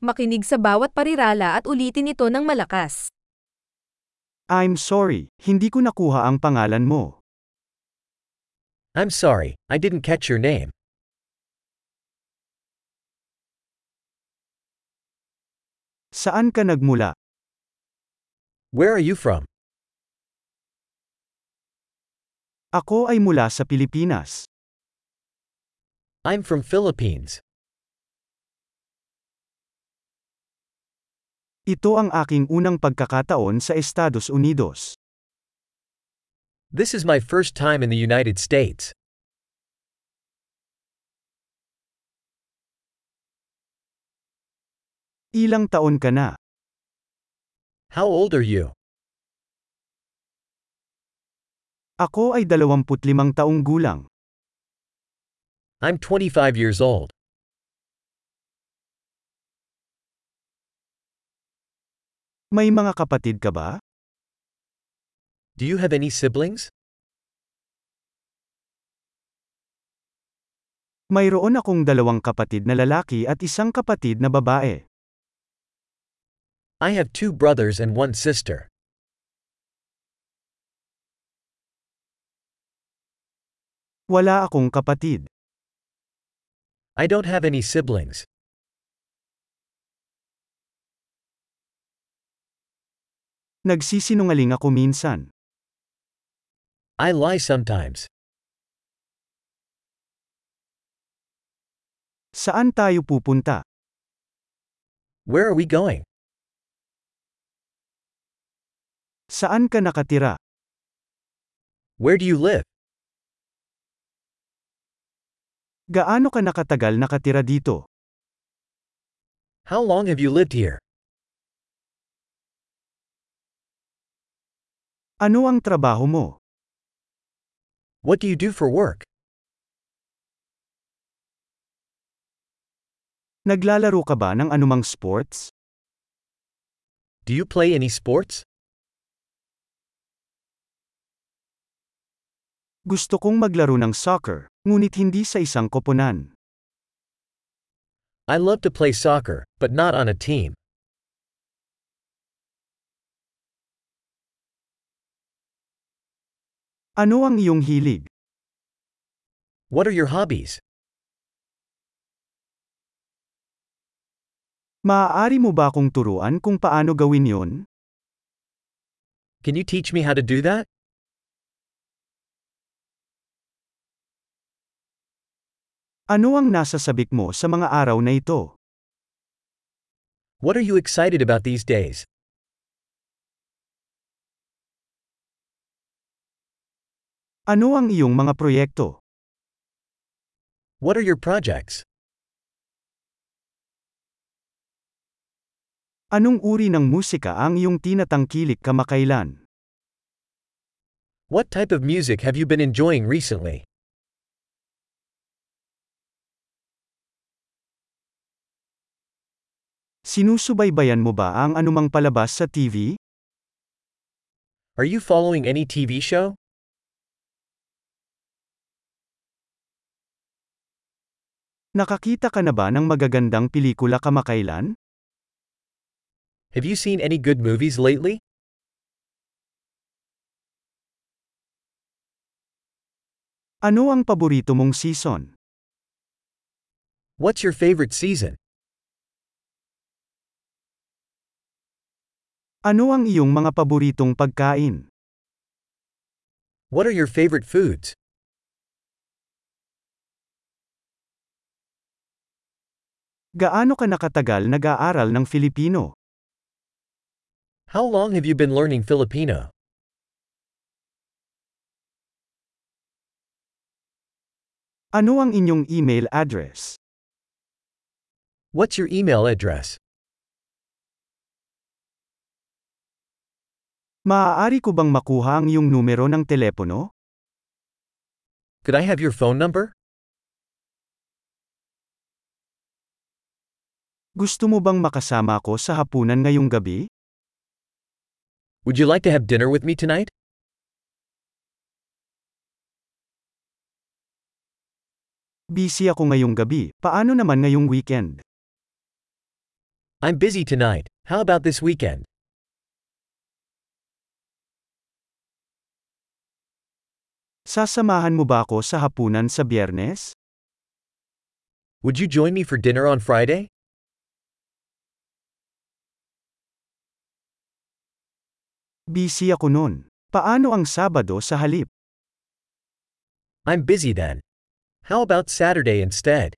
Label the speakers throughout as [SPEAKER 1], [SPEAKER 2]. [SPEAKER 1] Makinig sa bawat parirala at ulitin ito ng malakas.
[SPEAKER 2] I'm sorry, hindi ko nakuha ang pangalan mo.
[SPEAKER 3] I'm sorry, I didn't catch your name.
[SPEAKER 2] Saan ka nagmula?
[SPEAKER 3] Where are you from?
[SPEAKER 2] Ako ay mula sa Pilipinas.
[SPEAKER 3] I'm from Philippines.
[SPEAKER 2] Ito ang aking unang pagkakataon sa Estados Unidos.
[SPEAKER 3] This is my first time in the United States.
[SPEAKER 2] Ilang taon ka na?
[SPEAKER 3] How old are you?
[SPEAKER 2] Ako ay 25 taong gulang.
[SPEAKER 3] I'm 25 years old.
[SPEAKER 2] May mga kapatid ka ba?
[SPEAKER 3] Do you have any siblings?
[SPEAKER 2] Mayroon akong dalawang kapatid na lalaki at isang kapatid na babae.
[SPEAKER 3] I have two brothers and one sister.
[SPEAKER 2] Wala akong kapatid.
[SPEAKER 3] I don't have any siblings.
[SPEAKER 2] Nagsisinungaling ako minsan.
[SPEAKER 3] I lie sometimes.
[SPEAKER 2] Saan tayo pupunta?
[SPEAKER 3] Where are we going?
[SPEAKER 2] Saan ka nakatira?
[SPEAKER 3] Where do you live?
[SPEAKER 2] Gaano ka nakatagal nakatira dito?
[SPEAKER 3] How long have you lived here?
[SPEAKER 2] Ano ang trabaho mo?
[SPEAKER 3] What do you do for work?
[SPEAKER 2] Naglalaro ka ba ng anumang sports?
[SPEAKER 3] Do you play any sports?
[SPEAKER 2] Gusto kong maglaro ng soccer, ngunit hindi sa isang koponan.
[SPEAKER 3] I love to play soccer, but not on a team.
[SPEAKER 2] Ano ang iyong hilig?
[SPEAKER 3] What are your hobbies?
[SPEAKER 2] Maaari mo ba akong turuan kung paano gawin yon?
[SPEAKER 3] Can you teach me how to do that?
[SPEAKER 2] Ano ang nasa sabik mo sa mga araw na ito?
[SPEAKER 3] What are you excited about these days?
[SPEAKER 2] Ano ang iyong mga proyekto?
[SPEAKER 3] What are your projects?
[SPEAKER 2] Anong uri ng musika ang iyong tinatangkilik kamakailan?
[SPEAKER 3] What type of music have you been enjoying recently?
[SPEAKER 2] Sinusubaybayan mo ba ang anumang palabas sa TV?
[SPEAKER 3] Are you following any TV show?
[SPEAKER 2] Nakakita ka na ba ng magagandang pelikula kamakailan?
[SPEAKER 3] Have you seen any good movies lately?
[SPEAKER 2] Ano ang paborito mong season?
[SPEAKER 3] What's your favorite season?
[SPEAKER 2] Ano ang iyong mga paboritong pagkain?
[SPEAKER 3] What are your favorite foods?
[SPEAKER 2] Gaano ka nakatagal nag-aaral ng Filipino?
[SPEAKER 3] How long have you been learning Filipino?
[SPEAKER 2] Ano ang inyong email address?
[SPEAKER 3] What's your email address?
[SPEAKER 2] Maaari ko bang makuha ang iyong numero ng telepono?
[SPEAKER 3] Could I have your phone number?
[SPEAKER 2] Gusto mo bang makasama ko sa hapunan ngayong gabi?
[SPEAKER 3] Would you like to have dinner with me tonight?
[SPEAKER 2] Busy ako ngayong gabi, paano naman ngayong weekend?
[SPEAKER 3] I'm busy tonight. How about this weekend?
[SPEAKER 2] Sasamahan mo ba ako sa hapunan sa biyernes?
[SPEAKER 3] Would you join me for dinner on Friday?
[SPEAKER 2] Busy ako nun. Paano ang Sabado sa halip?
[SPEAKER 3] I'm busy then. How about Saturday instead?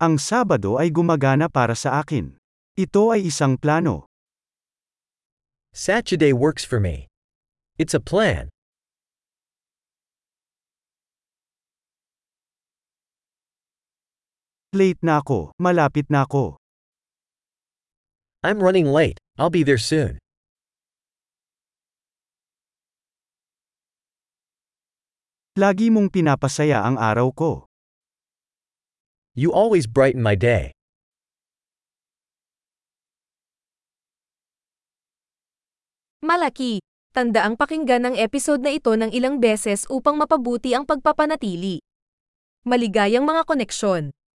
[SPEAKER 2] Ang Sabado ay gumagana para sa akin. Ito ay isang plano.
[SPEAKER 3] Saturday works for me. It's a plan.
[SPEAKER 2] Late na ako, malapit na ako.
[SPEAKER 3] I'm running late. I'll be there soon.
[SPEAKER 2] Lagi mong pinapasaya ang araw ko.
[SPEAKER 3] You always brighten my day.
[SPEAKER 1] Malaki. Tanda ang pakinggan ng episode na ito ng ilang beses upang mapabuti ang pagpapanatili. Maligayang mga koneksyon.